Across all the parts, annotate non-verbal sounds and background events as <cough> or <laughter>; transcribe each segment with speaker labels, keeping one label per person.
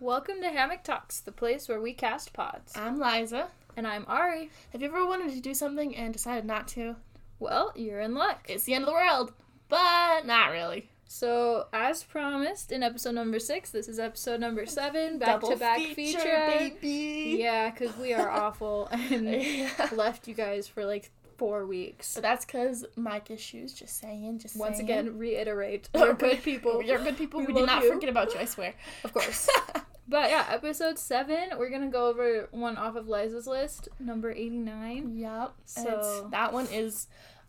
Speaker 1: Welcome to Hammock Talks, the place where we cast pods.
Speaker 2: I'm Liza.
Speaker 1: And I'm Ari.
Speaker 2: Have you ever wanted to do something and decided not to?
Speaker 1: Well, you're in luck.
Speaker 2: It's the end of the world, but not really.
Speaker 1: So, as promised in episode number six, this is episode number seven, back
Speaker 2: Double
Speaker 1: to back
Speaker 2: feature,
Speaker 1: feature.
Speaker 2: baby.
Speaker 1: Yeah, because we are
Speaker 2: <laughs>
Speaker 1: awful and left you guys for like four weeks.
Speaker 2: So that's because mic issues. Just saying. Just
Speaker 1: Once
Speaker 2: saying. <laughs>
Speaker 1: again, reiterate, <laughs> we're good people.
Speaker 2: You're good people.
Speaker 1: We
Speaker 2: We, did
Speaker 1: love
Speaker 2: not
Speaker 1: you.
Speaker 2: forget about you. I swear.
Speaker 1: <laughs> of course.
Speaker 2: <laughs>
Speaker 1: But yeah, episode seven, we're gonna go over one off of Liza's list, number 89.
Speaker 2: Yep.
Speaker 1: So-
Speaker 2: So that one is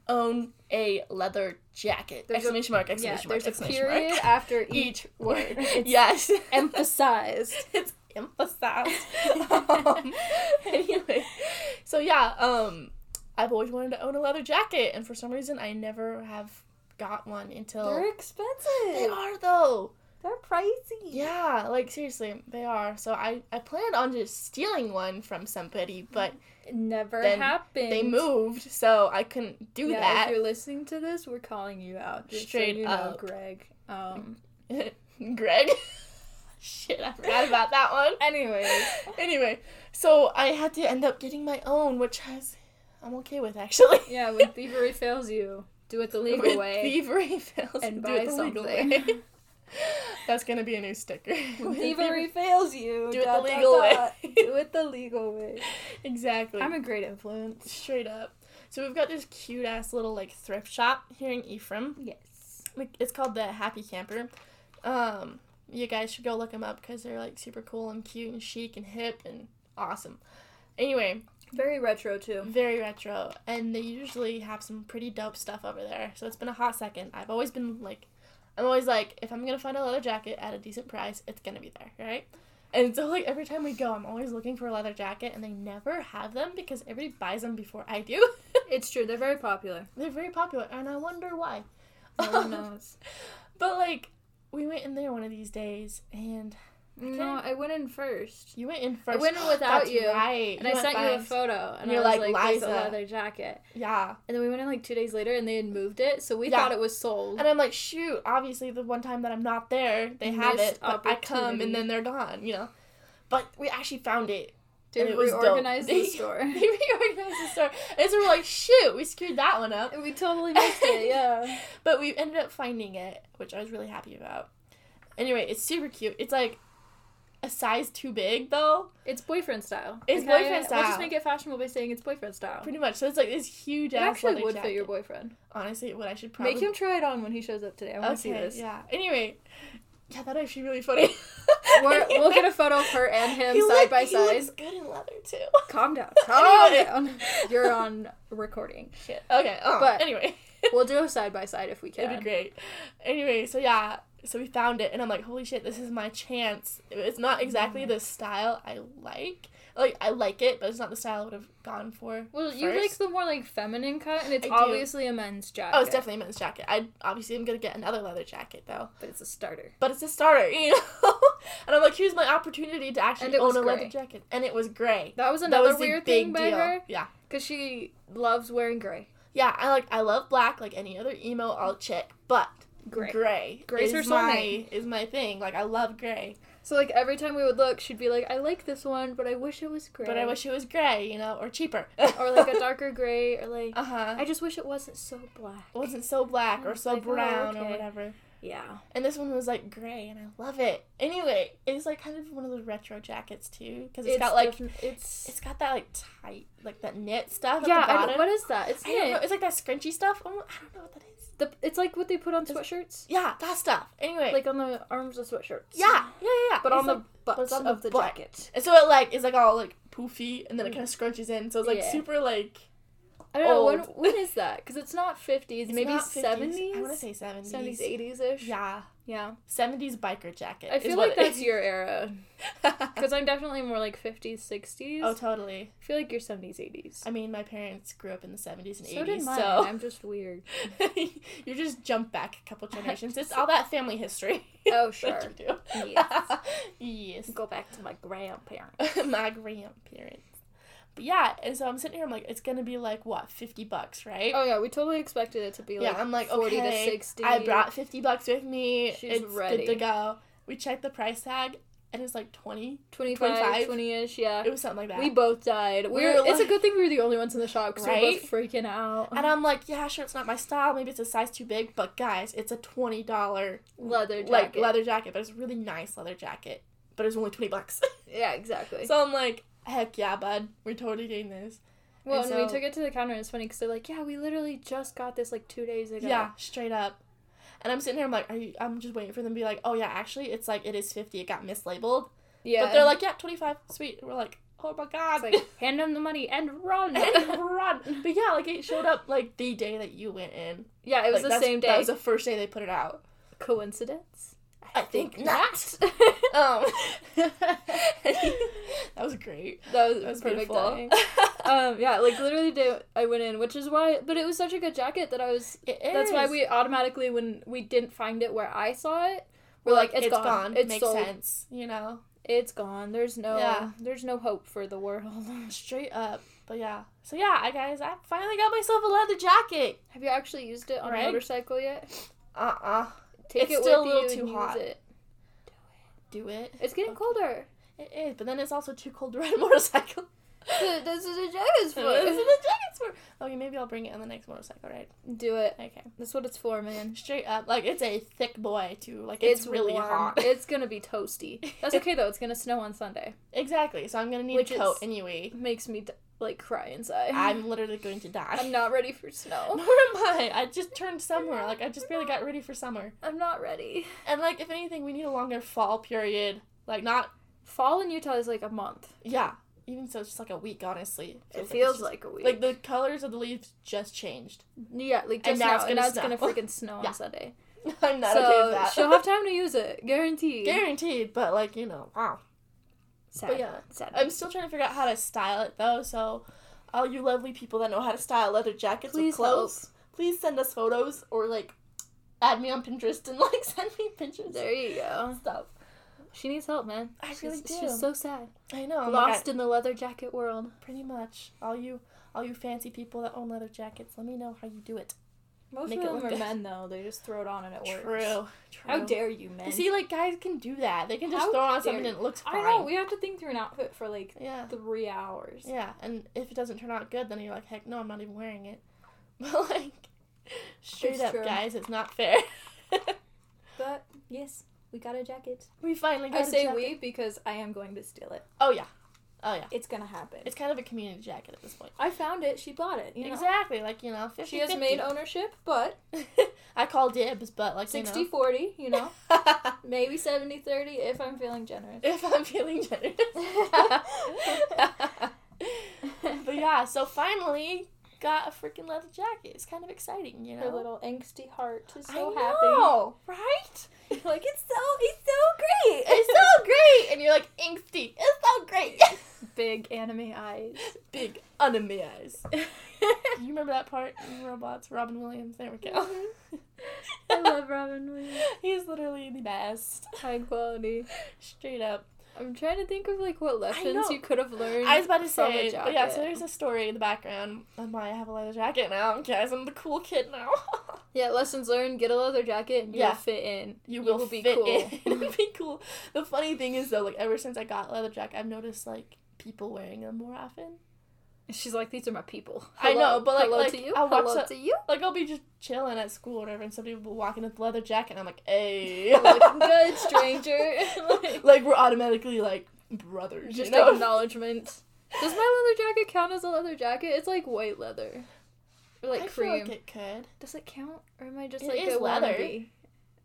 Speaker 2: own a leather jacket.
Speaker 1: There's a-
Speaker 2: exclamation mark!
Speaker 1: Yeah,
Speaker 2: Exclamation mark!
Speaker 1: there's a
Speaker 2: exclamation mark.
Speaker 1: period after each
Speaker 2: <laughs> Each word.
Speaker 1: It's
Speaker 2: yes. <laughs>
Speaker 1: emphasized. <laughs>
Speaker 2: it's emphasized. um, anyway, so yeah, um, I've always wanted to own a leather jacket, and for some reason, I never have got one until.
Speaker 1: They're expensive.
Speaker 2: They are though.
Speaker 1: They're pricey.
Speaker 2: Yeah, like seriously, they are. So I I planned on just stealing one from somebody, but
Speaker 1: It never
Speaker 2: Then
Speaker 1: happened.
Speaker 2: they moved, so I couldn't do
Speaker 1: yeah, If
Speaker 2: that.
Speaker 1: you're listening to this, we're calling you out. Just
Speaker 2: Straight
Speaker 1: so you
Speaker 2: up.
Speaker 1: know, Greg.
Speaker 2: <laughs>
Speaker 1: Um.
Speaker 2: Greg. <laughs> Shit, I forgot <laughs> about that one.
Speaker 1: Anyway,
Speaker 2: anyway, so I had to end up getting my own, which has I'm okay with actually.
Speaker 1: yeah, when thievery fails you, do it the legal
Speaker 2: With
Speaker 1: way.
Speaker 2: Thievery fails
Speaker 1: and
Speaker 2: do
Speaker 1: buy
Speaker 2: it the legal
Speaker 1: something.
Speaker 2: way. <laughs> That's gonna be a
Speaker 1: <laughs>
Speaker 2: new sticker.
Speaker 1: When
Speaker 2: <laughs>
Speaker 1: thievery fails you,
Speaker 2: Do it the
Speaker 1: dot, dot,
Speaker 2: legal way.
Speaker 1: dot. <laughs> do it the legal
Speaker 2: <laughs>
Speaker 1: way.
Speaker 2: exactly.
Speaker 1: I'm a great influence.
Speaker 2: Straight up. So we've got this cute ass little like thrift shop here in Ephraim.
Speaker 1: Yes.
Speaker 2: Like, It's called the Happy Camper. Um, you guys should go look them up because they're like super cool and cute and chic and hip and awesome. Anyway,
Speaker 1: Very retro
Speaker 2: <laughs>
Speaker 1: too.
Speaker 2: very retro, and they usually have some pretty dope stuff over there. So it's been a hot second. I've always been like, I'm always like, if I'm gonna find a leather jacket at a decent price, it's gonna be there, right? And so like every time we go, I'm always looking for a leather jacket, and they never have them because everybody buys them before I do. <laughs>
Speaker 1: It's true. They're very popular.
Speaker 2: They're very popular, and I wonder why.
Speaker 1: No
Speaker 2: <laughs>
Speaker 1: one knows.
Speaker 2: But like, we went in there one of these days, and
Speaker 1: No, I went in first.
Speaker 2: you went in first.
Speaker 1: went in without
Speaker 2: That's
Speaker 1: you,
Speaker 2: right?
Speaker 1: And I
Speaker 2: You went
Speaker 1: sent you a
Speaker 2: first.
Speaker 1: photo, and I
Speaker 2: You're
Speaker 1: was
Speaker 2: like,
Speaker 1: like, "There's a
Speaker 2: Liza."
Speaker 1: leather jacket."
Speaker 2: Yeah.
Speaker 1: And then we went in like two days later, and they had moved it, so we
Speaker 2: Yeah.
Speaker 1: thought it was sold.
Speaker 2: And I'm like, shoot, obviously the one time that I'm not there, they have
Speaker 1: Missed
Speaker 2: it, but I come
Speaker 1: opportunity.
Speaker 2: and then they're gone, you know. But we actually found it. <laughs>
Speaker 1: Dude,
Speaker 2: and it
Speaker 1: we
Speaker 2: was dope.
Speaker 1: organized the
Speaker 2: They- <laughs>
Speaker 1: store. <laughs>
Speaker 2: They reorganized the store. And so we're like, shoot, we screwed that one up.
Speaker 1: we totally missed it. Yeah.
Speaker 2: But we ended up finding it, which I was really happy about. Anyway, it's super cute. It's like a size too big though,
Speaker 1: It's boyfriend style.
Speaker 2: It's
Speaker 1: Okay?
Speaker 2: boyfriend
Speaker 1: We'll just
Speaker 2: style.
Speaker 1: make it fashionable by saying it's boyfriend style.
Speaker 2: pretty much. So it's like this huge
Speaker 1: It
Speaker 2: ass
Speaker 1: actually
Speaker 2: leather
Speaker 1: would
Speaker 2: jacket.
Speaker 1: fit your boyfriend.
Speaker 2: Honestly, what I should probably
Speaker 1: Make him try it on when he shows up today. I want
Speaker 2: okay,
Speaker 1: to see this.
Speaker 2: Yeah. Anyway, yeah, that'd actually be really funny.
Speaker 1: We're, we'll
Speaker 2: <laughs>
Speaker 1: get a photo of her and him
Speaker 2: He
Speaker 1: side
Speaker 2: look-
Speaker 1: by
Speaker 2: he
Speaker 1: side.
Speaker 2: looks good in leather too.
Speaker 1: Calm
Speaker 2: <laughs>
Speaker 1: down. Calm
Speaker 2: Anyway.
Speaker 1: down. You're on recording.
Speaker 2: Shit. Okay. Oh,
Speaker 1: But-
Speaker 2: but anyway, <laughs>
Speaker 1: We'll do a side by side if we
Speaker 2: it'd be
Speaker 1: can.
Speaker 2: great. Anyway, so yeah, so we found it, and I'm like, holy shit, this is my chance. It's not exactly the style I like. Like I like it, but it's not the style I would have gone for.
Speaker 1: Well, you like
Speaker 2: first.
Speaker 1: the more like feminine cut, and it's
Speaker 2: I do.
Speaker 1: obviously a men's jacket.
Speaker 2: Oh, it's definitely a men's jacket. I obviously am gonna get another leather jacket though,
Speaker 1: But it's a starter.
Speaker 2: but it's a starter, <laughs> you know. and I'm like, here's my opportunity to actually
Speaker 1: And it
Speaker 2: own
Speaker 1: was
Speaker 2: a
Speaker 1: gray.
Speaker 2: leather jacket, and it was gray.
Speaker 1: That was
Speaker 2: That
Speaker 1: another
Speaker 2: was the
Speaker 1: weird
Speaker 2: big
Speaker 1: thing by
Speaker 2: deal.
Speaker 1: her,
Speaker 2: Yeah,
Speaker 1: because she loves wearing gray.
Speaker 2: yeah. I like I love black, like any other emo, I'll check, but
Speaker 1: Gray.
Speaker 2: gray,
Speaker 1: Gray's her
Speaker 2: is my
Speaker 1: soulmate.
Speaker 2: is my thing. Like I love gray.
Speaker 1: So like every time we would look, she'd be like, "I like this one, but I wish it was gray."
Speaker 2: But I wish it was gray, you know,
Speaker 1: <laughs>
Speaker 2: or cheaper.
Speaker 1: or
Speaker 2: <laughs>
Speaker 1: like a darker gray, or like
Speaker 2: Uh huh.
Speaker 1: I just wish it wasn't so black.
Speaker 2: It wasn't so black or
Speaker 1: It's
Speaker 2: so
Speaker 1: like, oh,
Speaker 2: brown
Speaker 1: okay.
Speaker 2: or whatever.
Speaker 1: Yeah,
Speaker 2: And this one was like gray, and I love it. Anyway, it's like kind of one of those retro jackets too, because it's got like
Speaker 1: defin- it's,
Speaker 2: it's got that like tight, like that knit stuff
Speaker 1: yeah.
Speaker 2: at the
Speaker 1: I
Speaker 2: bottom.
Speaker 1: don't, what is that? It's
Speaker 2: I don't know.
Speaker 1: knit.
Speaker 2: It's like that scrunchy stuff. I don't, I don't know what that is.
Speaker 1: The, it's like what they put on
Speaker 2: Is-
Speaker 1: sweatshirts,
Speaker 2: Yeah, that stuff. Anyway,
Speaker 1: like on the arms of sweatshirts.
Speaker 2: yeah, yeah, yeah, yeah.
Speaker 1: but
Speaker 2: It's
Speaker 1: on the
Speaker 2: like-
Speaker 1: butt
Speaker 2: it's on the
Speaker 1: of the
Speaker 2: butt.
Speaker 1: jacket.
Speaker 2: and so it like is like all like poofy, and then it kind of scrunches in, so it's like
Speaker 1: Mm. Yeah.
Speaker 2: super like
Speaker 1: I don't know when,
Speaker 2: Old.
Speaker 1: when is that? Because it's not fifties,
Speaker 2: it's
Speaker 1: maybe
Speaker 2: not 50s. I want to
Speaker 1: seventies,
Speaker 2: say seventies.
Speaker 1: seventies, eighties ish.
Speaker 2: Yeah.
Speaker 1: yeah.
Speaker 2: 70s biker jacket.
Speaker 1: I
Speaker 2: is
Speaker 1: feel
Speaker 2: what
Speaker 1: like
Speaker 2: it
Speaker 1: that's
Speaker 2: is.
Speaker 1: your era, <laughs> because I'm definitely more like fifties, sixties.
Speaker 2: oh, totally.
Speaker 1: I feel like you're 70s, 80s.
Speaker 2: I mean, my parents grew up in the 70s and
Speaker 1: so
Speaker 2: 80s,
Speaker 1: did mine.
Speaker 2: so
Speaker 1: I'm just <laughs> weird.
Speaker 2: <laughs> you just jump back
Speaker 1: <laughs>
Speaker 2: a couple generations. It's all that family history.
Speaker 1: Oh,
Speaker 2: <laughs> That's what
Speaker 1: sure.
Speaker 2: you do.
Speaker 1: Yes.
Speaker 2: <laughs> yes.
Speaker 1: Go back to my grandparents.
Speaker 2: my grandparents. But yeah, and so I'm sitting here, I'm like, it's gonna be like, what, 50 bucks, right?
Speaker 1: <laughs> Oh, yeah, we totally expected it to be
Speaker 2: yeah,
Speaker 1: like,
Speaker 2: I'm like,
Speaker 1: 40
Speaker 2: okay,
Speaker 1: to 60.
Speaker 2: I brought 50 bucks with me.
Speaker 1: She's
Speaker 2: it's
Speaker 1: ready.
Speaker 2: good to go. We checked the price tag. and it's like 20.
Speaker 1: 25,
Speaker 2: 25?
Speaker 1: 20 ish, yeah.
Speaker 2: It was something like that.
Speaker 1: We both died. We
Speaker 2: We're
Speaker 1: were, it's a
Speaker 2: like-
Speaker 1: good thing we were the only ones in the shop because we were
Speaker 2: Right?
Speaker 1: both freaking out.
Speaker 2: and I'm like, yeah, sure, it's not my style. Maybe it's a size too big, but guys, it's a twenty dollar
Speaker 1: leather jacket.
Speaker 2: like leather jacket, but it's a really nice leather jacket. But it was only twenty bucks.
Speaker 1: <laughs>
Speaker 2: <laughs>
Speaker 1: Yeah, exactly.
Speaker 2: so I'm like, heck yeah, bud, we're totally getting this.
Speaker 1: well, and
Speaker 2: and
Speaker 1: we
Speaker 2: so-
Speaker 1: took it to the counter. and It's funny because they're like, "Yeah, we literally just got this like two days ago."
Speaker 2: Yeah. straight up. And I'm sitting here, I'm like, are you? I'm just waiting for them to be like, oh yeah, actually, it's like it is fifty. It got mislabeled,
Speaker 1: yeah.
Speaker 2: but they're like, yeah, twenty five, sweet. And we're like, oh my god.
Speaker 1: It's like hand them the money and run.
Speaker 2: <laughs>
Speaker 1: <laughs>
Speaker 2: and run. But yeah, like it showed up like the day that you went in.
Speaker 1: yeah, it was
Speaker 2: Like,
Speaker 1: the
Speaker 2: that's-
Speaker 1: same day.
Speaker 2: That was the first day they put it out.
Speaker 1: Coincidence?
Speaker 2: I think not.
Speaker 1: <laughs>
Speaker 2: <laughs> Um, that was great.
Speaker 1: that was,
Speaker 2: That was
Speaker 1: perfect
Speaker 2: beautiful.
Speaker 1: timing. <laughs> um, yeah, like literally, day I went in, which is why. But it was such a good jacket that I was.
Speaker 2: <laughs> It is.
Speaker 1: That's why we automatically, when we didn't find it where I saw it, we're like, it's gone. It's
Speaker 2: Makes
Speaker 1: sold.
Speaker 2: sense. You know,
Speaker 1: It's gone. There's no.
Speaker 2: Yeah.
Speaker 1: There's no hope for the world. <laughs>
Speaker 2: straight up. But yeah. So yeah, I guys, I finally got myself a leather jacket.
Speaker 1: Have you actually used it on a
Speaker 2: Right?
Speaker 1: motorcycle yet?
Speaker 2: Uh uh
Speaker 1: Uh-uh. Take
Speaker 2: It's
Speaker 1: it
Speaker 2: still
Speaker 1: with
Speaker 2: a little
Speaker 1: you
Speaker 2: too
Speaker 1: and use
Speaker 2: hot.
Speaker 1: it.
Speaker 2: Do it.
Speaker 1: It's getting
Speaker 2: Okay.
Speaker 1: colder. <laughs>
Speaker 2: It is, but then it's also too cold to ride a <laughs> motorcycle. <laughs>
Speaker 1: Th- this is a jacket's
Speaker 2: So this is
Speaker 1: for.
Speaker 2: the jacket's for. Okay, maybe I'll bring it on the next motorcycle ride.
Speaker 1: <laughs> Do it.
Speaker 2: Okay.
Speaker 1: That's what it's for, man.
Speaker 2: Straight up, like it's a thick boy too. Like it's, really
Speaker 1: warm.
Speaker 2: hot.
Speaker 1: It's gonna be toasty.
Speaker 2: <laughs>
Speaker 1: That's okay though. It's gonna snow on Sunday.
Speaker 2: exactly. So I'm gonna need
Speaker 1: Which
Speaker 2: a coat
Speaker 1: is-
Speaker 2: anyway.
Speaker 1: It makes me like cry inside.
Speaker 2: I'm literally going to die.
Speaker 1: <laughs> I'm not ready for <laughs>
Speaker 2: Nor
Speaker 1: snow.
Speaker 2: am I. I just turned summer. Like I just barely got ready for summer.
Speaker 1: I'm not ready.
Speaker 2: And like if anything, we need a longer fall period. Like not
Speaker 1: Fall in Utah is like a month.
Speaker 2: yeah. Even so, it's just like a week. Honestly,
Speaker 1: It
Speaker 2: it's
Speaker 1: feels
Speaker 2: just-
Speaker 1: like a week.
Speaker 2: like the colors of the leaves just changed.
Speaker 1: yeah, like just
Speaker 2: and now
Speaker 1: now,
Speaker 2: it's
Speaker 1: and
Speaker 2: gonna
Speaker 1: now it's
Speaker 2: snow.
Speaker 1: gonna freaking <laughs> snow
Speaker 2: Yeah.
Speaker 1: on Sunday.
Speaker 2: <laughs> I'm not
Speaker 1: so
Speaker 2: okay with that. <laughs>
Speaker 1: she'll have time to use it, guaranteed.
Speaker 2: Guaranteed, but like you know, wow.
Speaker 1: Sad.
Speaker 2: But yeah,
Speaker 1: sad.
Speaker 2: I'm still trying to figure out how to style it though. So, all you lovely people that know how to style leather jackets
Speaker 1: Please
Speaker 2: with clothes, please send us photos or like add me on Pinterest and <laughs> like send me Pinterest
Speaker 1: There you go.
Speaker 2: stuff.
Speaker 1: She needs help, man.
Speaker 2: I
Speaker 1: she's,
Speaker 2: really do.
Speaker 1: She's so sad.
Speaker 2: I know. I'm like, I-
Speaker 1: Lost in the leather jacket world.
Speaker 2: Pretty much. All you all you fancy people that own leather jackets, let me know how you do it.
Speaker 1: Most
Speaker 2: Make it look good.
Speaker 1: men though. They just throw it on and it
Speaker 2: True.
Speaker 1: How dare you, men?
Speaker 2: you see like guys can do that. They can just
Speaker 1: How
Speaker 2: throw on
Speaker 1: dare
Speaker 2: something and it looks fine.
Speaker 1: I know. We have to think through an outfit for like
Speaker 2: yeah.
Speaker 1: three hours.
Speaker 2: Yeah. And if it doesn't turn out good then you're like, heck no, I'm not even wearing it. <laughs> But like straight
Speaker 1: It's
Speaker 2: up
Speaker 1: true.
Speaker 2: guys, it's not fair. <laughs>
Speaker 1: But yes, we got a jacket.
Speaker 2: we finally got
Speaker 1: I
Speaker 2: a
Speaker 1: say
Speaker 2: jacket.
Speaker 1: we because I am going to steal it.
Speaker 2: Oh yeah. Oh yeah.
Speaker 1: It's gonna happen.
Speaker 2: It's kind of a community jacket at this point.
Speaker 1: I found it. She bought it. You know.
Speaker 2: Exactly, like you know, 50,
Speaker 1: She has made ownership, <laughs> but
Speaker 2: I call dibs, but like
Speaker 1: 60
Speaker 2: you <laughs>
Speaker 1: 40, you
Speaker 2: know.
Speaker 1: know, maybe 70 30 if I'm feeling <laughs> generous.
Speaker 2: if I'm feeling generous. <laughs> but yeah, so finally got a freaking leather jacket. It's kind of exciting, you know.
Speaker 1: Her little angsty heart is
Speaker 2: I
Speaker 1: so <laughs>
Speaker 2: know, right?
Speaker 1: happy. Like, it's so, it's so great.
Speaker 2: It's so <laughs> great, and you're like angsty. It's so great.
Speaker 1: <laughs>
Speaker 2: <laughs>
Speaker 1: Big anime eyes.
Speaker 2: Big enemy eyes. You remember that part in Robots? Robin Williams. There we go.
Speaker 1: <laughs>
Speaker 2: <laughs>
Speaker 1: I love Robin Williams.
Speaker 2: He's literally the best.
Speaker 1: High quality.
Speaker 2: Straight up.
Speaker 1: I'm trying to think of like what lessons
Speaker 2: know.
Speaker 1: you could have learned.
Speaker 2: I was about to
Speaker 1: from a
Speaker 2: say, but yeah. So
Speaker 1: jacket.
Speaker 2: there's a story in the background on why I have a leather jacket now. Guys, I'm the cool kid now. <laughs>
Speaker 1: Yeah, lessons learned. Get a leather jacket and you
Speaker 2: Yeah.
Speaker 1: will fit in.
Speaker 2: you will, fit in. <laughs> It'll be cool. The funny thing is though, like ever since I got leather jacket, I've noticed like people wearing them more often.
Speaker 1: She's like, these are my people.
Speaker 2: I know, but, like-
Speaker 1: hello
Speaker 2: like,
Speaker 1: to you.
Speaker 2: I'll watch
Speaker 1: hello
Speaker 2: the-
Speaker 1: to you.
Speaker 2: Like I'll be just chilling at school or whatever, and somebody will walk in with a leather jacket, and I'm like, "Hey, <laughs>
Speaker 1: Looking good, stranger. <laughs> Like,
Speaker 2: like we're automatically like brothers.
Speaker 1: Just
Speaker 2: you know?
Speaker 1: acknowledgement. Does my leather jacket count as a leather jacket? It's like white leather, or like
Speaker 2: I feel
Speaker 1: cream.
Speaker 2: like it could.
Speaker 1: Does it count, or am I just
Speaker 2: It
Speaker 1: like
Speaker 2: is
Speaker 1: a
Speaker 2: leather.
Speaker 1: wannabe?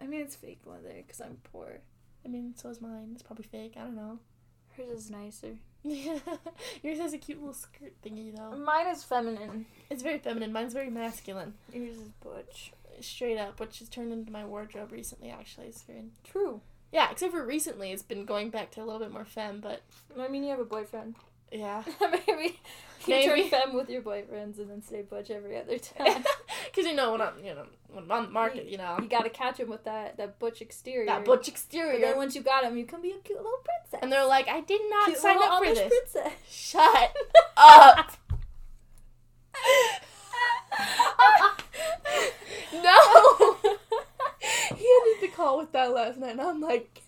Speaker 1: I mean, it's fake leather because I'm poor.
Speaker 2: I mean, so is mine. It's probably fake. I don't know. <laughs>
Speaker 1: Hers is nicer.
Speaker 2: Yours has a cute little skirt thingy though.
Speaker 1: Mine is feminine.
Speaker 2: It's very feminine. Mine's very masculine,
Speaker 1: Yours is butch.
Speaker 2: straight up, which has turned into my wardrobe recently. Actually, it's very
Speaker 1: True.
Speaker 2: yeah. Except for recently, it's been going back to a little bit more femme, but
Speaker 1: I mean, you have a boyfriend.
Speaker 2: yeah. <laughs>
Speaker 1: <laughs> Maybe you
Speaker 2: Maybe.
Speaker 1: turn femme with your boyfriends and then stay butch every other time.
Speaker 2: <laughs> Because you know when I'm you know when I'm on the market, you know
Speaker 1: you gotta catch him with that that butch exterior.
Speaker 2: that butch
Speaker 1: But then
Speaker 2: exterior,
Speaker 1: once you got him, you can be a cute little princess.
Speaker 2: and they're like, I did not
Speaker 1: cute
Speaker 2: sign
Speaker 1: little
Speaker 2: up for
Speaker 1: Amish
Speaker 2: this.
Speaker 1: princess. <laughs>
Speaker 2: Shut up. <laughs> <laughs> no. he ended the call with that last night, and I'm like,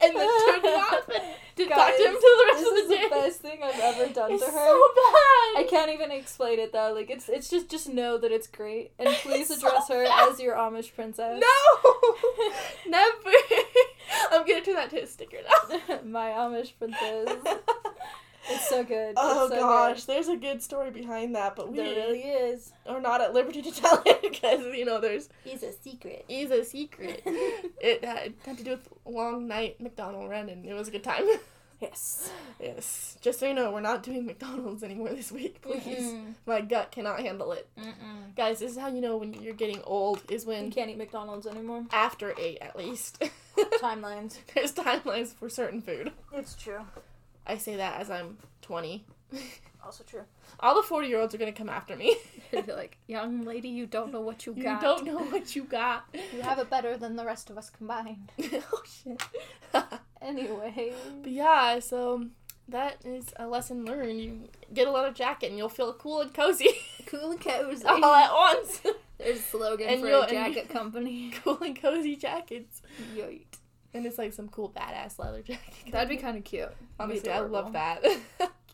Speaker 2: and then turned it <laughs> off and didn't talk to him
Speaker 1: Guys,
Speaker 2: until the rest
Speaker 1: This
Speaker 2: of
Speaker 1: is
Speaker 2: the <laughs> day.
Speaker 1: the best thing I've ever done
Speaker 2: it's
Speaker 1: to her.
Speaker 2: so bad.
Speaker 1: I can't even explain it though. Like it's it's just just know that it's great
Speaker 2: <laughs>
Speaker 1: and please
Speaker 2: It's so
Speaker 1: address her
Speaker 2: bad.
Speaker 1: as your Amish princess. <laughs>
Speaker 2: No, <laughs> never. I'm gonna turn that to a sticker now.
Speaker 1: <laughs> My Amish princess.
Speaker 2: <laughs>
Speaker 1: It's so good.
Speaker 2: Oh
Speaker 1: it's so
Speaker 2: gosh, there's a good story behind that, but
Speaker 1: good.
Speaker 2: we
Speaker 1: There really is.
Speaker 2: are not at liberty to <laughs> tell it because you know there's
Speaker 1: He's a secret.
Speaker 2: is
Speaker 1: <laughs>
Speaker 2: a secret. it had, had to do with long night McDonald run, and it was a
Speaker 1: <laughs>
Speaker 2: good time.
Speaker 1: Yes.
Speaker 2: yes, just so you know, we're not doing McDonald's anymore this week. Please,
Speaker 1: Mm-mm.
Speaker 2: my gut cannot handle it,
Speaker 1: Mm-mm.
Speaker 2: guys. This is how you know when you're getting old is
Speaker 1: You
Speaker 2: when
Speaker 1: can't eat McDonald's anymore.
Speaker 2: after eight at
Speaker 1: <laughs>
Speaker 2: least.
Speaker 1: Timelines.
Speaker 2: <laughs> there's timelines for certain food.
Speaker 1: <laughs> It's true.
Speaker 2: I say that as I'm 20.
Speaker 1: Also <laughs> true.
Speaker 2: All the 40 year olds are gonna come after me. <laughs>
Speaker 1: like, young lady, you don't know what you
Speaker 2: you
Speaker 1: got.
Speaker 2: don't know what you got. <laughs>
Speaker 1: You have it better than the rest of us combined.
Speaker 2: oh shit. <laughs> but
Speaker 1: Anyway.
Speaker 2: yeah, so that is a lesson learned. You get a leather jacket and you'll feel cool and cozy <laughs>
Speaker 1: Cool <laughs> cozy.
Speaker 2: all at once. <laughs>
Speaker 1: There's a slogan
Speaker 2: And
Speaker 1: for
Speaker 2: you'll-
Speaker 1: a
Speaker 2: and
Speaker 1: jacket <laughs>
Speaker 2: you-
Speaker 1: company.
Speaker 2: cool and cozy jackets.
Speaker 1: Yoit.
Speaker 2: And it's like some cool badass leather jacket. <laughs>
Speaker 1: That'd be kind of cute.
Speaker 2: honestly, I
Speaker 1: adorable. <laughs>
Speaker 2: love that.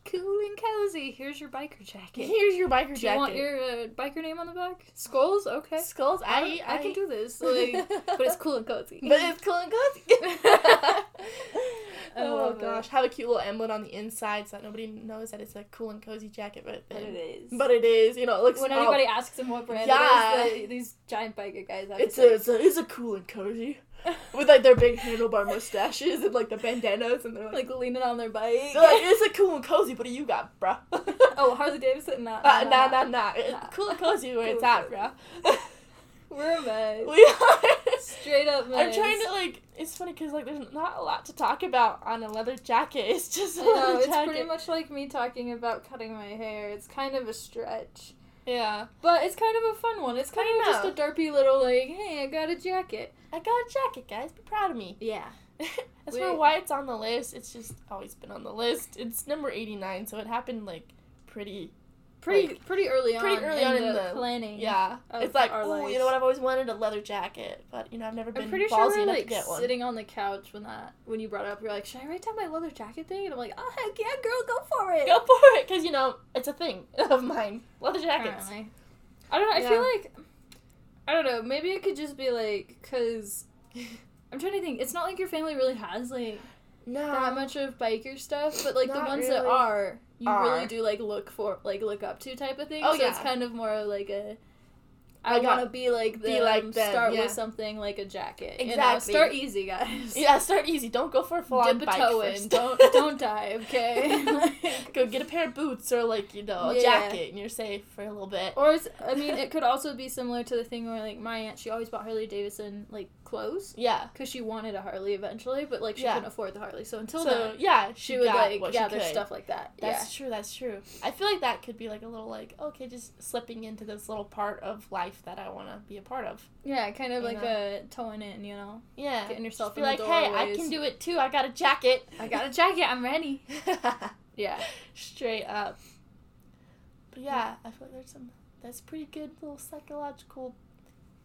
Speaker 1: Cool and cozy. Here's your biker jacket. <laughs>
Speaker 2: Here's your
Speaker 1: Do
Speaker 2: biker jacket.
Speaker 1: you want your uh, biker name on the back? Skulls? Okay.
Speaker 2: skulls?
Speaker 1: I,
Speaker 2: I,
Speaker 1: I,
Speaker 2: <laughs>
Speaker 1: can do this. Like, but it's cool and cozy.
Speaker 2: But it's cool
Speaker 1: <laughs>
Speaker 2: and cozy. <laughs> oh gosh, have a cute little emblem on the inside so that nobody knows that it's a cool and cozy jacket, but
Speaker 1: But it is.
Speaker 2: But it is, you know, it looks
Speaker 1: when
Speaker 2: small.
Speaker 1: anybody asks him what brand
Speaker 2: Yeah.
Speaker 1: it is, they- these giant biker guys have
Speaker 2: it's
Speaker 1: to
Speaker 2: a, it's a it's a cool and cozy with like their big handlebar mustaches and like the bandanas and they're
Speaker 1: <laughs>
Speaker 2: like,
Speaker 1: like leaning on their bike.
Speaker 2: they're like, it's a cool and cozy. What do you got, bruh?
Speaker 1: <laughs> oh, Harley Davidson? Nah,
Speaker 2: Uh,
Speaker 1: nah,
Speaker 2: <laughs> nah,
Speaker 1: nah.
Speaker 2: nah, nah. It's
Speaker 1: Nah.
Speaker 2: Cool and cozy where
Speaker 1: Cool
Speaker 2: it's at,
Speaker 1: and
Speaker 2: bruh.
Speaker 1: We're a mess.
Speaker 2: <laughs> we are.
Speaker 1: Straight up mess.
Speaker 2: I'm trying to like. It's funny because like there's not a lot to talk about on a leather jacket. <laughs> It's just a
Speaker 1: I
Speaker 2: leather
Speaker 1: know, it's
Speaker 2: jacket.
Speaker 1: pretty much like me talking about cutting my hair. It's kind of a stretch.
Speaker 2: yeah.
Speaker 1: But it's kind of a fun one. It's kind
Speaker 2: I
Speaker 1: of just
Speaker 2: know.
Speaker 1: a derpy little, like, hey, I got a jacket.
Speaker 2: I got a jacket, guys. Be proud of me. <laughs>
Speaker 1: Yeah.
Speaker 2: As for
Speaker 1: Wait.
Speaker 2: why it's on the list, it's just always been on the list. It's number 89, so it happened like pretty.
Speaker 1: Pretty
Speaker 2: Like,
Speaker 1: pretty early on.
Speaker 2: pretty early on in the-
Speaker 1: planning.
Speaker 2: Yeah.
Speaker 1: Of
Speaker 2: it's like,
Speaker 1: our
Speaker 2: ooh, you
Speaker 1: lives.
Speaker 2: know what? I've always wanted a leather jacket, but you know, I've never been
Speaker 1: I'm pretty
Speaker 2: ballsy
Speaker 1: sure we were
Speaker 2: enough
Speaker 1: like
Speaker 2: to get one.
Speaker 1: sitting on the couch when that when you brought it up. You're like, should I write down my leather jacket thing? And I'm like, oh heck yeah, girl, go for it.
Speaker 2: <laughs> Go for it, because you know, it's a thing <laughs> of mine. Leather jackets.
Speaker 1: Apparently. I don't know. I
Speaker 2: Yeah.
Speaker 1: feel like I don't know. Maybe it could just be like <laughs> because I'm trying to think. It's not like your family really has like
Speaker 2: No.
Speaker 1: that much of biker stuff, but like the
Speaker 2: Not
Speaker 1: ones that
Speaker 2: really.
Speaker 1: are, you
Speaker 2: Are.
Speaker 1: really do like look for, like look up to type of thing.
Speaker 2: Oh,
Speaker 1: so it's
Speaker 2: yeah.
Speaker 1: kind of more like a.
Speaker 2: I
Speaker 1: I
Speaker 2: got-
Speaker 1: want to be like
Speaker 2: be
Speaker 1: them.
Speaker 2: like them,
Speaker 1: start
Speaker 2: yeah.
Speaker 1: with something like a jacket.
Speaker 2: Exactly.
Speaker 1: You know? Start easy, guys. <laughs>
Speaker 2: Yeah, start easy. Don't go for a full on
Speaker 1: Dip a
Speaker 2: bike
Speaker 1: toe in.
Speaker 2: <laughs> first.
Speaker 1: Don't don't dive,
Speaker 2: <laughs>
Speaker 1: okay? <laughs> Like-
Speaker 2: go get a pair of boots or like you know a
Speaker 1: Yeah.
Speaker 2: jacket, and you're safe for a little bit.
Speaker 1: Or it's, I mean, it could also be similar to the thing where like my aunt, she always bought Harley Davidson like clothes
Speaker 2: yeah.
Speaker 1: because she wanted a Harley eventually, but like she
Speaker 2: Yeah.
Speaker 1: couldn't afford the Harley, so until
Speaker 2: So
Speaker 1: then
Speaker 2: yeah, she,
Speaker 1: she would
Speaker 2: got
Speaker 1: like
Speaker 2: what she
Speaker 1: gather
Speaker 2: could.
Speaker 1: stuff like that.
Speaker 2: That's true. That's true. I feel like that could be like a little like okay, just slipping into this little part of life that I want to be a part of.
Speaker 1: yeah, yeah, kind of
Speaker 2: You
Speaker 1: like a toeing in, you know.
Speaker 2: Yeah,
Speaker 1: Getting yourself
Speaker 2: Just be
Speaker 1: in the
Speaker 2: like, hey, I
Speaker 1: doorways.
Speaker 2: can do it too. I got a jacket.
Speaker 1: <laughs> I got a jacket. I'm ready.
Speaker 2: it.
Speaker 1: Yeah.
Speaker 2: <laughs> Straight up. But yeah, I feel like there's some. That's pretty good little psychological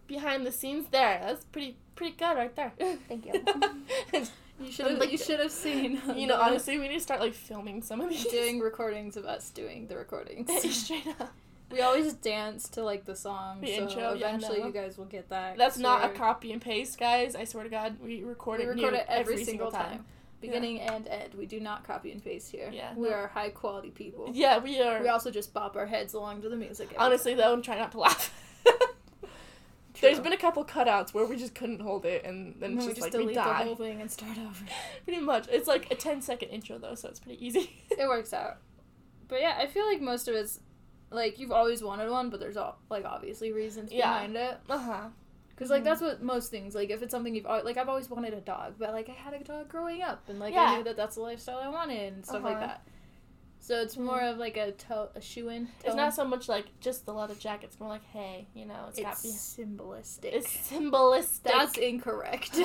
Speaker 2: behind the scenes there. That's pretty pretty good right there. <laughs>
Speaker 1: Thank You should
Speaker 2: I'm
Speaker 1: have.
Speaker 2: like-
Speaker 1: you should have seen.
Speaker 2: <laughs>
Speaker 1: <laughs>
Speaker 2: you know,
Speaker 1: the-
Speaker 2: honestly, we need to start like filming some of these. <laughs>
Speaker 1: doing recordings of us doing the <laughs> recordings.
Speaker 2: Straight up.
Speaker 1: we always dance to like the song,
Speaker 2: The
Speaker 1: so
Speaker 2: intro, yeah, I
Speaker 1: eventually
Speaker 2: know.
Speaker 1: you guys will get that.
Speaker 2: That's
Speaker 1: 'cause
Speaker 2: not a
Speaker 1: we're-
Speaker 2: copy and paste, guys. I swear to God, we record
Speaker 1: We
Speaker 2: it,
Speaker 1: record
Speaker 2: new
Speaker 1: it every, single time.
Speaker 2: Yeah.
Speaker 1: Beginning and end. We do not copy and paste here.
Speaker 2: Yeah,
Speaker 1: We
Speaker 2: no.
Speaker 1: are high quality people.
Speaker 2: Yeah, we are.
Speaker 1: We also just bop our heads along to the music. every
Speaker 2: honestly,
Speaker 1: time.
Speaker 2: though, and try not to laugh. <laughs>
Speaker 1: True.
Speaker 2: There's been a couple cutouts where we just couldn't hold it, and then
Speaker 1: And
Speaker 2: it's
Speaker 1: we
Speaker 2: just,
Speaker 1: just
Speaker 2: like
Speaker 1: delete
Speaker 2: we
Speaker 1: the
Speaker 2: die.
Speaker 1: whole thing and start over.
Speaker 2: <laughs>
Speaker 1: <laughs>
Speaker 2: Pretty much. It's like a 10 second intro, though, so it's pretty easy.
Speaker 1: <laughs>
Speaker 2: <laughs>
Speaker 1: it works out. But yeah, I feel like most of it's like you've always wanted one, but there's all like obviously reasons
Speaker 2: Yeah.
Speaker 1: behind it.
Speaker 2: uh huh.
Speaker 1: Because like that's what most things like if it's something you've al- like I've always wanted a dog, but like I had a dog growing up and like
Speaker 2: Yeah.
Speaker 1: I knew that that's the lifestyle I wanted and stuff like
Speaker 2: Uh-huh.
Speaker 1: that. So it's more of like a toe a shoe in.
Speaker 2: It's not so much like just the leather jacket, it's more like, hey, you know, it's got
Speaker 1: it's
Speaker 2: to be.
Speaker 1: symbolistic.
Speaker 2: It's symbolistic.
Speaker 1: That's <laughs> incorrect.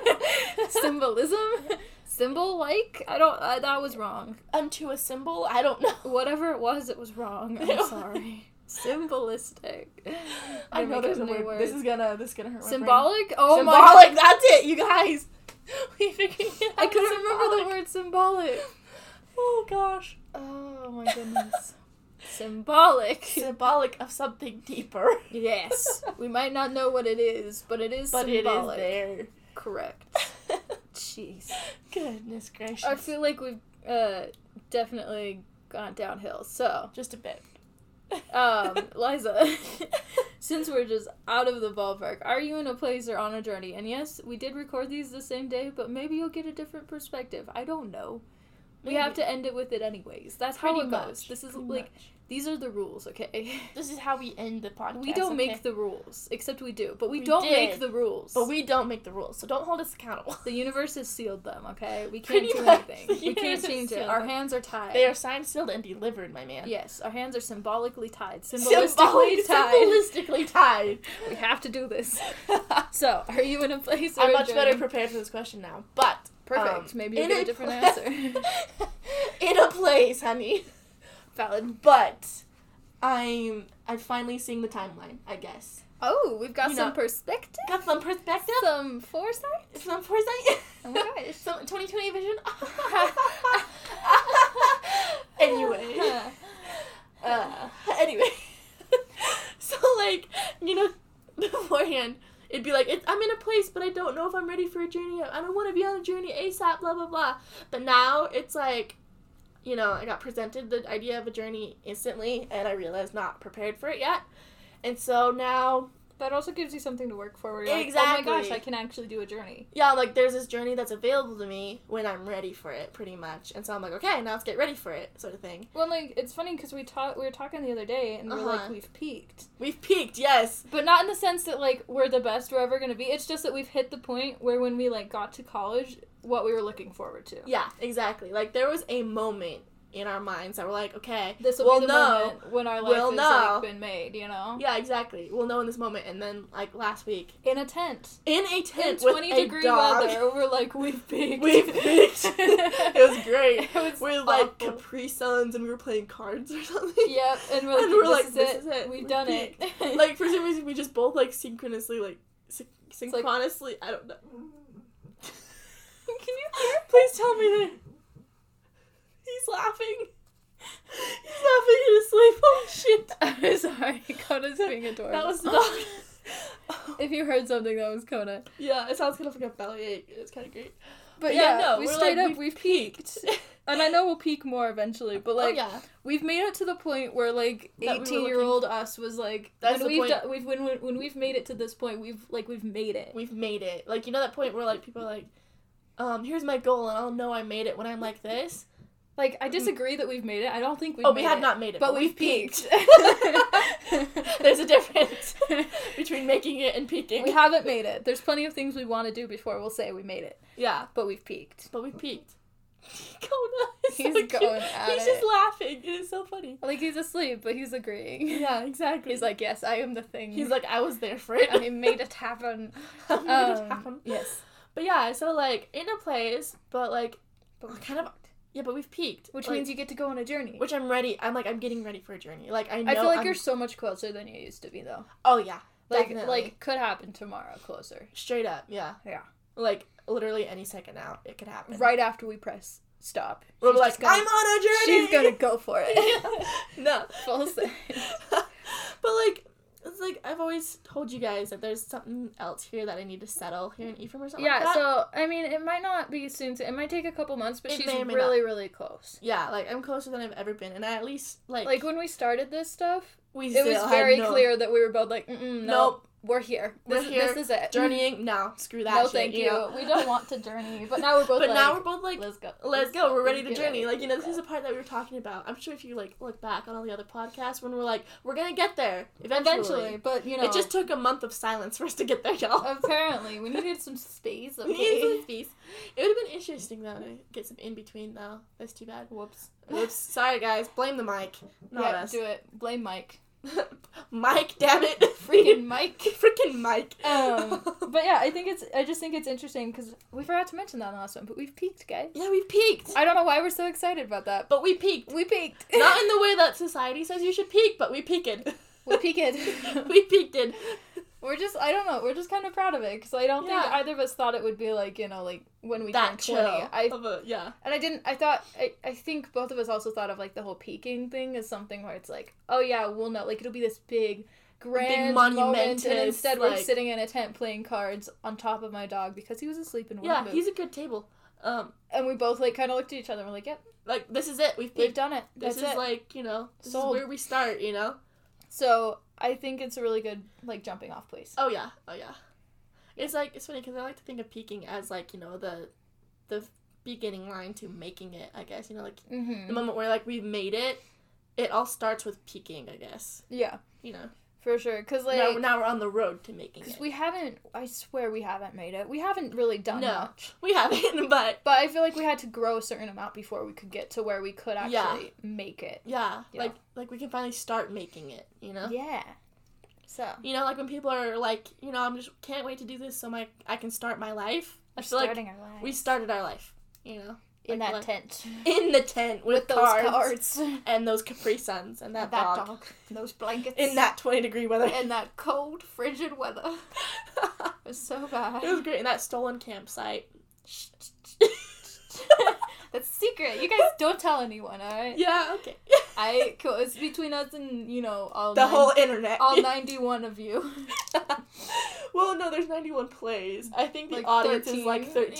Speaker 2: <laughs>
Speaker 1: Symbolism, <laughs> symbol like I don't. Uh, that was wrong.
Speaker 2: unto a symbol? I don't know. <laughs>
Speaker 1: Whatever it was, it was wrong. <laughs> I'm sorry. Symbolistic.
Speaker 2: I
Speaker 1: Gonna
Speaker 2: know
Speaker 1: make
Speaker 2: there's a
Speaker 1: up new
Speaker 2: word. This
Speaker 1: words.
Speaker 2: is gonna this is gonna hurt. My brain.
Speaker 1: Symbolic. Oh my.
Speaker 2: Symbolic. That's it, you guys. <laughs> we figured it
Speaker 1: <laughs> I
Speaker 2: out
Speaker 1: couldn't
Speaker 2: symbolic.
Speaker 1: remember the word symbolic.
Speaker 2: <laughs> Oh gosh.
Speaker 1: Oh my <laughs> goodness. symbolic.
Speaker 2: <laughs> symbolic of something deeper.
Speaker 1: Yes. We might not know what it is, but it is
Speaker 2: <laughs> But
Speaker 1: symbolic.
Speaker 2: it is
Speaker 1: Correct.
Speaker 2: there.
Speaker 1: Jeez.
Speaker 2: <laughs> Goodness gracious.
Speaker 1: I feel like we've uh, definitely gone downhill. So,
Speaker 2: Just a bit.
Speaker 1: um,
Speaker 2: <laughs>
Speaker 1: Liza, <laughs> since we're just out of the ballpark, are you in a place or on a journey? And yes, we did record these the same day, but maybe you'll get a different perspective. I don't know. We have to end it with it anyways. That's how it
Speaker 2: Pretty
Speaker 1: goes.
Speaker 2: much,
Speaker 1: This is
Speaker 2: pretty
Speaker 1: like
Speaker 2: much.
Speaker 1: these are the rules, okay?
Speaker 2: This is how we end the podcast.
Speaker 1: we don't
Speaker 2: okay?
Speaker 1: make the rules, except we do. But we,
Speaker 2: We
Speaker 1: don't make
Speaker 2: did,
Speaker 1: the rules.
Speaker 2: But we don't make the rules, so don't hold us accountable.
Speaker 1: the universe has sealed them, okay? We can't
Speaker 2: Pretty
Speaker 1: do
Speaker 2: much, <laughs> the
Speaker 1: anything. We
Speaker 2: universe
Speaker 1: can't
Speaker 2: has
Speaker 1: change it.
Speaker 2: sealed
Speaker 1: Our
Speaker 2: them.
Speaker 1: hands are tied.
Speaker 2: <laughs> They are signed, sealed, and delivered, my man.
Speaker 1: Yes, our hands are symbolically
Speaker 2: <laughs>
Speaker 1: tied. Symbolically
Speaker 2: Symbolic-
Speaker 1: tied.
Speaker 2: Symbolistically tied.
Speaker 1: We have to do this.
Speaker 2: <laughs>
Speaker 1: So, are you in a place? or
Speaker 2: I'm
Speaker 1: a
Speaker 2: much better
Speaker 1: journey?
Speaker 2: prepared for this question now, but
Speaker 1: Perfect.
Speaker 2: um,
Speaker 1: Maybe you
Speaker 2: in
Speaker 1: get
Speaker 2: a
Speaker 1: a
Speaker 2: <laughs>
Speaker 1: different
Speaker 2: pla-
Speaker 1: answer. <laughs>
Speaker 2: in a place, honey.
Speaker 1: Valid.
Speaker 2: But I'm I'm finally seeing the timeline. I guess
Speaker 1: Oh, we've got
Speaker 2: You
Speaker 1: some
Speaker 2: know-
Speaker 1: perspective.
Speaker 2: got some perspective,
Speaker 1: Some foresight.
Speaker 2: some foresight.
Speaker 1: Oh my gosh.
Speaker 2: <laughs> some
Speaker 1: <laughs>
Speaker 2: 2020 vision. <laughs>
Speaker 1: <laughs>
Speaker 2: anyway,
Speaker 1: Anyway.
Speaker 2: uh, <laughs> anyway, so like you know, <laughs> beforehand it'd be like it's, I'm in a place, but I don't know if I'm ready for a journey. I don't want to be on a journey ASAP. Blah blah blah. But now it's like. You know, I got presented the idea of a journey instantly, and I realized not prepared for it yet, and so now
Speaker 1: That also gives you something to work for. Where you're like, exactly. Oh my gosh,
Speaker 2: Exactly.
Speaker 1: I can actually do a journey.
Speaker 2: yeah, like there's this journey that's available to me when I'm ready for it, pretty much. And so I'm like, okay, now let's get ready for it, sort of thing.
Speaker 1: Well, like it's funny because we talked. We were talking the other day, and we're like,
Speaker 2: Uh-huh.
Speaker 1: we've peaked,
Speaker 2: We've peaked, yes.
Speaker 1: but not in the sense that like we're the best we're ever gonna be. It's just that we've hit the point where when we like got to college, what we were looking forward to.
Speaker 2: Yeah, exactly. Like there was a moment in our minds that we're like, okay,
Speaker 1: This will
Speaker 2: we'll
Speaker 1: be the
Speaker 2: know.
Speaker 1: moment when our life
Speaker 2: We'll
Speaker 1: has
Speaker 2: know.
Speaker 1: like been made. You know.
Speaker 2: Yeah, exactly. We'll know in this moment. And then like last week,
Speaker 1: in a tent
Speaker 2: in a tent
Speaker 1: in 20
Speaker 2: with
Speaker 1: degree
Speaker 2: a dog,
Speaker 1: weather we're like we've peaked <laughs>
Speaker 2: <laughs> we peaked. <laughs> it was great.
Speaker 1: It was
Speaker 2: we are like
Speaker 1: awful.
Speaker 2: Capri Suns and we were playing cards or something.
Speaker 1: yep and
Speaker 2: <laughs>
Speaker 1: we're like,
Speaker 2: And we're
Speaker 1: this,
Speaker 2: like,
Speaker 1: is,
Speaker 2: this
Speaker 1: it.
Speaker 2: is it.
Speaker 1: we've
Speaker 2: We've
Speaker 1: done
Speaker 2: peaked.
Speaker 1: <laughs>
Speaker 2: <laughs>
Speaker 1: it
Speaker 2: like for some reason we just both like synchronously like syn-
Speaker 1: like-
Speaker 2: synchronously I don't know.
Speaker 1: <laughs> can you hear
Speaker 2: Please tell me that he's laughing. He's laughing in his sleep. Oh shit!
Speaker 1: <laughs> i'm sorry kona's being adorable <laughs>
Speaker 2: That <laughs> was the dog.
Speaker 1: if you heard something that was kona
Speaker 2: <laughs> yeah, it sounds kind of like a bellyache. It's kind of great.
Speaker 1: but yeah,
Speaker 2: Yeah, no,
Speaker 1: we
Speaker 2: we're
Speaker 1: straight
Speaker 2: like,
Speaker 1: up
Speaker 2: we've
Speaker 1: we've peaked <laughs> and i know we'll peak more eventually but like
Speaker 2: oh, yeah,
Speaker 1: we've made it to the point where like
Speaker 2: That we were
Speaker 1: 18 year old us was like
Speaker 2: That's
Speaker 1: when
Speaker 2: the
Speaker 1: we've
Speaker 2: point.
Speaker 1: done, we've when, when, when we've made it to this point we've like we've made it
Speaker 2: we've made it. Like you know that point where like people are like, um, here's my goal, and I'll know I made it when I'm like this.
Speaker 1: like i disagree that we've made it i don't think we've
Speaker 2: oh,
Speaker 1: made
Speaker 2: we have
Speaker 1: it.
Speaker 2: not made it,
Speaker 1: but we've peaked.
Speaker 2: <laughs>
Speaker 1: <laughs>
Speaker 2: There's a difference between making it and peaking.
Speaker 1: we haven't made it. There's plenty of things we want to do before we'll say we made it,
Speaker 2: yeah,
Speaker 1: but we've peaked.
Speaker 2: but we
Speaker 1: <laughs>
Speaker 2: peaked. Kona is so
Speaker 1: He's
Speaker 2: cute.
Speaker 1: going at
Speaker 2: He's just
Speaker 1: it.
Speaker 2: laughing. It is so
Speaker 1: <laughs>
Speaker 2: funny.
Speaker 1: Like he's asleep, but he's agreeing.
Speaker 2: Yeah, exactly.
Speaker 1: He's like, yes, <laughs> I am the thing.
Speaker 2: He's like, I was there for it.
Speaker 1: I made it happen.
Speaker 2: <laughs> I made it
Speaker 1: Um,
Speaker 2: happen.
Speaker 1: Yes,
Speaker 2: But yeah, so like in a place, but like
Speaker 1: but we've
Speaker 2: kind of yeah, but we've peaked.
Speaker 1: which means you get to go on a journey.
Speaker 2: which I'm ready. I'm like I'm getting ready for a journey. Like I know.
Speaker 1: I feel like
Speaker 2: I'm-
Speaker 1: you're so much closer than you used to be, though.
Speaker 2: Oh yeah,
Speaker 1: Like,
Speaker 2: Definitely.
Speaker 1: like could happen tomorrow. Closer,
Speaker 2: straight up. Yeah.
Speaker 1: Yeah.
Speaker 2: Like literally any second now, it could happen.
Speaker 1: right after we press stop.
Speaker 2: We're
Speaker 1: She's
Speaker 2: like
Speaker 1: just gonna-
Speaker 2: I'm on a journey.
Speaker 1: She's <laughs> gonna go for it.
Speaker 2: no. <laughs>
Speaker 1: Full send.
Speaker 2: but like it's like I've always told you guys that there's something else here that I need to settle here in Ephraim or something. like
Speaker 1: Yeah,
Speaker 2: that.
Speaker 1: so I mean, it might not be soon. To, it might take a couple months, but
Speaker 2: It
Speaker 1: she's
Speaker 2: may or may
Speaker 1: really, really close.
Speaker 2: yeah, like I'm closer than I've ever been, and I at least like
Speaker 1: Like when we started this stuff,
Speaker 2: we
Speaker 1: it was
Speaker 2: still had
Speaker 1: very
Speaker 2: no
Speaker 1: clear that we were both like, Mm-mm, no,
Speaker 2: Nope.
Speaker 1: we're here. This,
Speaker 2: We're here.
Speaker 1: this is it. <laughs>
Speaker 2: journeying. No, screw that.
Speaker 1: no,
Speaker 2: shit,
Speaker 1: thank you.
Speaker 2: know?
Speaker 1: We don't want to journey, but
Speaker 2: <laughs>
Speaker 1: now we're both.
Speaker 2: but
Speaker 1: like,
Speaker 2: now we're both like
Speaker 1: let's go.
Speaker 2: Let's go. We're ready to
Speaker 1: get
Speaker 2: journey.
Speaker 1: it.
Speaker 2: Like you know, this is the part that we were talking about. I'm sure if you like look back on all the other podcasts, when we're like, we're gonna get there eventually.
Speaker 1: eventually, but you know,
Speaker 2: It just took a month of silence for us to get there, y'all.
Speaker 1: apparently <laughs> we needed some space.
Speaker 2: We needed
Speaker 1: Okay.
Speaker 2: some space. It would have been interesting though to get some in between though. That's too bad.
Speaker 1: Whoops.
Speaker 2: <laughs> Oops. Sorry guys. Blame the mic, not
Speaker 1: yeah,
Speaker 2: us.
Speaker 1: do it. Blame Mike.
Speaker 2: <laughs> Mike, damn it. <laughs>
Speaker 1: Freaking Mike.
Speaker 2: freaking Mike. <laughs>
Speaker 1: Um, but yeah, I think it's. I just think it's interesting because we forgot to mention that in the last one, but we've peaked, guys.
Speaker 2: yeah, we peaked.
Speaker 1: I don't know why we're so excited about that.
Speaker 2: But we peaked.
Speaker 1: We peaked. <laughs>
Speaker 2: Not in the way that society says you should peak, but <laughs> we peaked.
Speaker 1: we peaked.
Speaker 2: we peaked.
Speaker 1: we We're just, I don't know, we're just kind of proud of it because I don't
Speaker 2: Yeah.
Speaker 1: think either of us thought it would be like, you know, like when we
Speaker 2: that
Speaker 1: turned 20.
Speaker 2: chill.
Speaker 1: I,
Speaker 2: of a, yeah.
Speaker 1: and I didn't, I thought, I, I think both of us also thought of like the whole peaking thing as something where it's like, oh yeah, we'll know, like it'll be this big, grand moment. And
Speaker 2: monumentous,
Speaker 1: instead we're
Speaker 2: like-
Speaker 1: sitting in a tent playing cards on top of my dog because he was asleep in one
Speaker 2: Yeah,
Speaker 1: boot.
Speaker 2: he's a good table. Um,
Speaker 1: and we both like kind of looked at each other and we're like, yep,
Speaker 2: like this is it. We've
Speaker 1: we've
Speaker 2: peaked.
Speaker 1: done it.
Speaker 2: This
Speaker 1: That's
Speaker 2: is
Speaker 1: it.
Speaker 2: like you know, this
Speaker 1: Sold.
Speaker 2: is where we start. You know.
Speaker 1: so I think it's a really good like jumping off place.
Speaker 2: Oh yeah. Oh yeah. It's like it's funny because I like to think of peaking as like you know the, the beginning line to making it. I guess you know like the
Speaker 1: Mm-hmm.
Speaker 2: moment where like we've made it. It all starts with peaking. I guess
Speaker 1: Yeah,
Speaker 2: you know.
Speaker 1: for sure. Cause like.
Speaker 2: now, now we're on the road to making
Speaker 1: Because
Speaker 2: it.
Speaker 1: we haven't, I swear we haven't made it. We haven't really done
Speaker 2: No.
Speaker 1: much.
Speaker 2: We haven't, <laughs> but
Speaker 1: But I feel like we had to grow a certain amount before we could get to where we could actually
Speaker 2: Yeah.
Speaker 1: make it.
Speaker 2: yeah,
Speaker 1: Yeah.
Speaker 2: like like we can finally start making it. You know.
Speaker 1: Yeah. So.
Speaker 2: You know, like when people are like, you know, I'm just can't wait to do this so my I can start my life. I feel like
Speaker 1: starting our lives.
Speaker 2: we started our life. You know,
Speaker 1: in
Speaker 2: like-
Speaker 1: that
Speaker 2: like-
Speaker 1: tent.
Speaker 2: in the tent with,
Speaker 1: With those
Speaker 2: cards,
Speaker 1: cards.
Speaker 2: and those Capri Suns and <laughs> that, dog.
Speaker 1: and those blankets.
Speaker 2: in that 20 degree weather.
Speaker 1: In that cold, frigid weather. <laughs> It was so bad.
Speaker 2: <laughs> it was great in that stolen campsite.
Speaker 1: <laughs> That's secret. You guys don't tell anyone,
Speaker 2: <laughs>
Speaker 1: alright?
Speaker 2: yeah, okay.
Speaker 1: I, cool, it's between us and, you know, all
Speaker 2: the
Speaker 1: nine-
Speaker 2: whole internet.
Speaker 1: <laughs>
Speaker 2: <laughs>
Speaker 1: all 91 of you.
Speaker 2: well, no, there's 91 plays. I think the
Speaker 1: Like
Speaker 2: audience is like 13.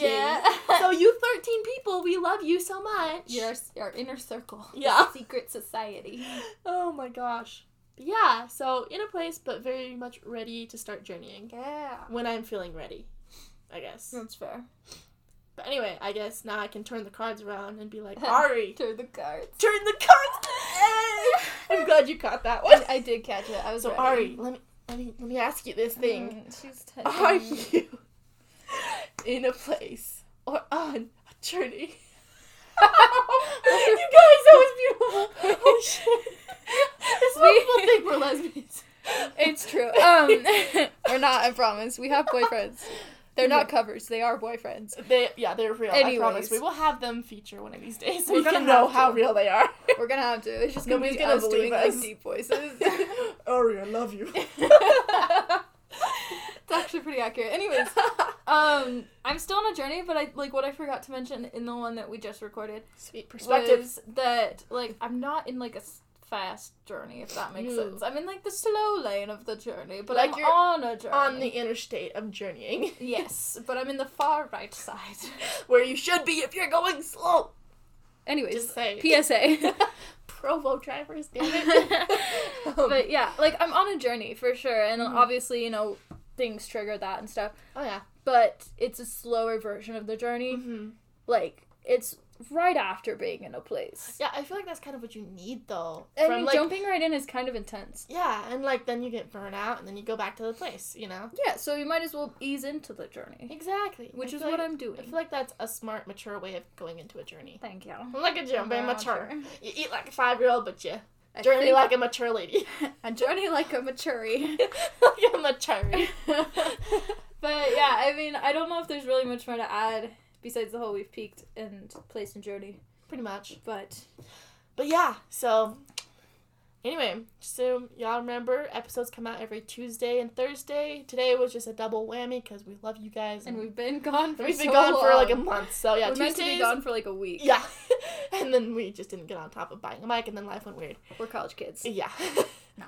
Speaker 2: so you 13 people, we love you so much.
Speaker 1: <laughs> your, your inner circle.
Speaker 2: <laughs>
Speaker 1: the
Speaker 2: Yeah.
Speaker 1: secret society.
Speaker 2: Oh my gosh. Yeah, so in a place, but very much ready to start journeying.
Speaker 1: Yeah.
Speaker 2: When I'm feeling ready, I guess.
Speaker 1: That's fair.
Speaker 2: But anyway, I guess now I can turn the cards around and
Speaker 1: <laughs>
Speaker 2: be like, Ari,
Speaker 1: Through the cards.
Speaker 2: turn the cards! I'm glad you caught that one.
Speaker 1: I, I did catch it. I was
Speaker 2: <laughs> so,
Speaker 1: ready.
Speaker 2: Ari, let me, let me, let me ask you this thing.
Speaker 1: Mm, she's touching.
Speaker 2: Are <laughs>
Speaker 1: me.
Speaker 2: you in a place or on a journey? <laughs> you guys, that was beautiful. <laughs> Oh shit. It's
Speaker 1: We-
Speaker 2: people <laughs> think we're lesbians.
Speaker 1: <laughs> It's
Speaker 2: <laughs>
Speaker 1: true. Um, <laughs> we're not. I promise. We have boyfriends. They're not
Speaker 2: Yeah.
Speaker 1: covers. They are boyfriends.
Speaker 2: They, yeah, they're real. I promise.
Speaker 1: Anyways.
Speaker 2: We will have them feature one of these days so
Speaker 1: We're
Speaker 2: you
Speaker 1: gonna
Speaker 2: can know
Speaker 1: have
Speaker 2: how
Speaker 1: to.
Speaker 2: real they <laughs> are.
Speaker 1: We're gonna have to. It's just gonna
Speaker 2: Nobody's
Speaker 1: be
Speaker 2: gonna
Speaker 1: us doing
Speaker 2: believe us.
Speaker 1: like deep
Speaker 2: <laughs>
Speaker 1: voices.
Speaker 2: Ari, I love you.
Speaker 1: it's actually pretty accurate. Anyways, um, I'm still on a journey, but I like what I forgot to mention in the one that we just recorded
Speaker 2: <laughs> Sweet perspective.
Speaker 1: was that like I'm not in like a s- fast journey, if that makes
Speaker 2: No.
Speaker 1: sense. I'm in like the slow lane of the journey, but
Speaker 2: Mm. Like
Speaker 1: I'm
Speaker 2: you're
Speaker 1: on a journey.
Speaker 2: On the interstate of journeying, <laughs>
Speaker 1: yes, but I'm in the far right side.
Speaker 2: where you should be if you're going slow.
Speaker 1: Anyways,
Speaker 2: Just say. <laughs>
Speaker 1: PSA.
Speaker 2: Provo drivers,
Speaker 1: <laughs>
Speaker 2: damn <laughs> it. Um,
Speaker 1: but yeah, like I'm on a journey for sure, and
Speaker 2: Mhm.
Speaker 1: obviously you know things trigger that and stuff.
Speaker 2: oh yeah.
Speaker 1: But it's a slower version of the journey.
Speaker 2: Mm-hmm.
Speaker 1: Like it's right after being in a place.
Speaker 2: Yeah, I feel like that's kind of what you need though.
Speaker 1: And
Speaker 2: From, like,
Speaker 1: jumping right in is kind of intense.
Speaker 2: Yeah, and like then you get burnt out and then you go back to the place, you know?
Speaker 1: Yeah, so you might as well ease into the journey,
Speaker 2: Exactly.
Speaker 1: which
Speaker 2: I
Speaker 1: is
Speaker 2: feel
Speaker 1: what
Speaker 2: like-
Speaker 1: I'm
Speaker 2: I
Speaker 1: doing.
Speaker 2: feel like that's a smart, mature way of going into a journey.
Speaker 1: Thank you.
Speaker 2: I'm like a gym, but I'm
Speaker 1: Yeah,
Speaker 2: mature.
Speaker 1: sure.
Speaker 2: You eat like a five year old, but you
Speaker 1: I
Speaker 2: journey
Speaker 1: think-
Speaker 2: like a mature lady. <laughs>
Speaker 1: a journey like a maturity.
Speaker 2: like a <laughs> mature.
Speaker 1: <laughs> But yeah, I mean, I don't know if there's really much more to add besides the whole we've peaked and place and journey.
Speaker 2: Pretty much.
Speaker 1: But
Speaker 2: But yeah, so anyway, so y'all remember episodes come out every Tuesday and Thursday. Today was just a double whammy because we love you guys
Speaker 1: and we've been gone for
Speaker 2: Mm. we've been
Speaker 1: so
Speaker 2: gone for like a
Speaker 1: long.
Speaker 2: month. So yeah,
Speaker 1: We're meant to be
Speaker 2: Tuesdays-
Speaker 1: gone for like a week.
Speaker 2: Yeah. <laughs> and then we just didn't get on top of buying a mic, and then life went weird.
Speaker 1: We're college kids.
Speaker 2: Yeah. <laughs>
Speaker 1: No,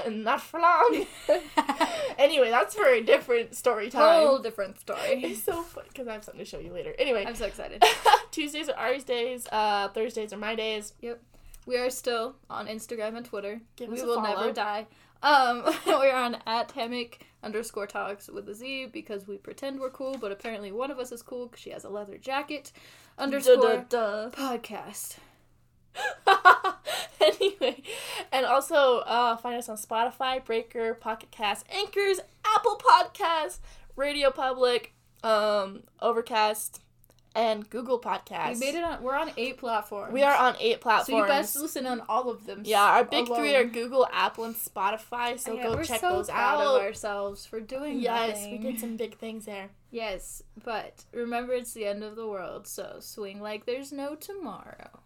Speaker 1: no.
Speaker 2: Not for
Speaker 1: <laughs>
Speaker 2: long. anyway, that's for a different story <laughs> time.
Speaker 1: Whole different story.
Speaker 2: <laughs> It's so funny because I have something to show you later. Anyway,
Speaker 1: I'm so
Speaker 2: <laughs>
Speaker 1: excited.
Speaker 2: Tuesdays are Ari's days. Uh, Thursdays are my days.
Speaker 1: We are still on Instagram and Twitter.
Speaker 2: Give
Speaker 1: we
Speaker 2: us a
Speaker 1: will
Speaker 2: follow.
Speaker 1: never die. Um, <laughs> we're on at hammock underscore talks with a Z because we pretend we're cool, but apparently one of us is cool because she has a leather jacket. Underscore
Speaker 2: Duh,
Speaker 1: podcast.
Speaker 2: duh. <laughs> anyway, and also uh, find us on Spotify, Breaker, Pocket Cast, Anchors, Apple Podcasts, Radio Public, um, Overcast, and Google Podcasts.
Speaker 1: We made it on. We're on eight platforms.
Speaker 2: We are on eight platforms.
Speaker 1: So you best listen on all of them.
Speaker 2: yeah, our big three are
Speaker 1: alone.
Speaker 2: Google, Apple, and Spotify. So
Speaker 1: Yeah,
Speaker 2: go
Speaker 1: we're
Speaker 2: check
Speaker 1: so
Speaker 2: those
Speaker 1: proud
Speaker 2: out.
Speaker 1: of ourselves for doing that.
Speaker 2: yes, we
Speaker 1: thing.
Speaker 2: did some big things there.
Speaker 1: Yes, but remember it's the end of the world, so swing like there's no tomorrow.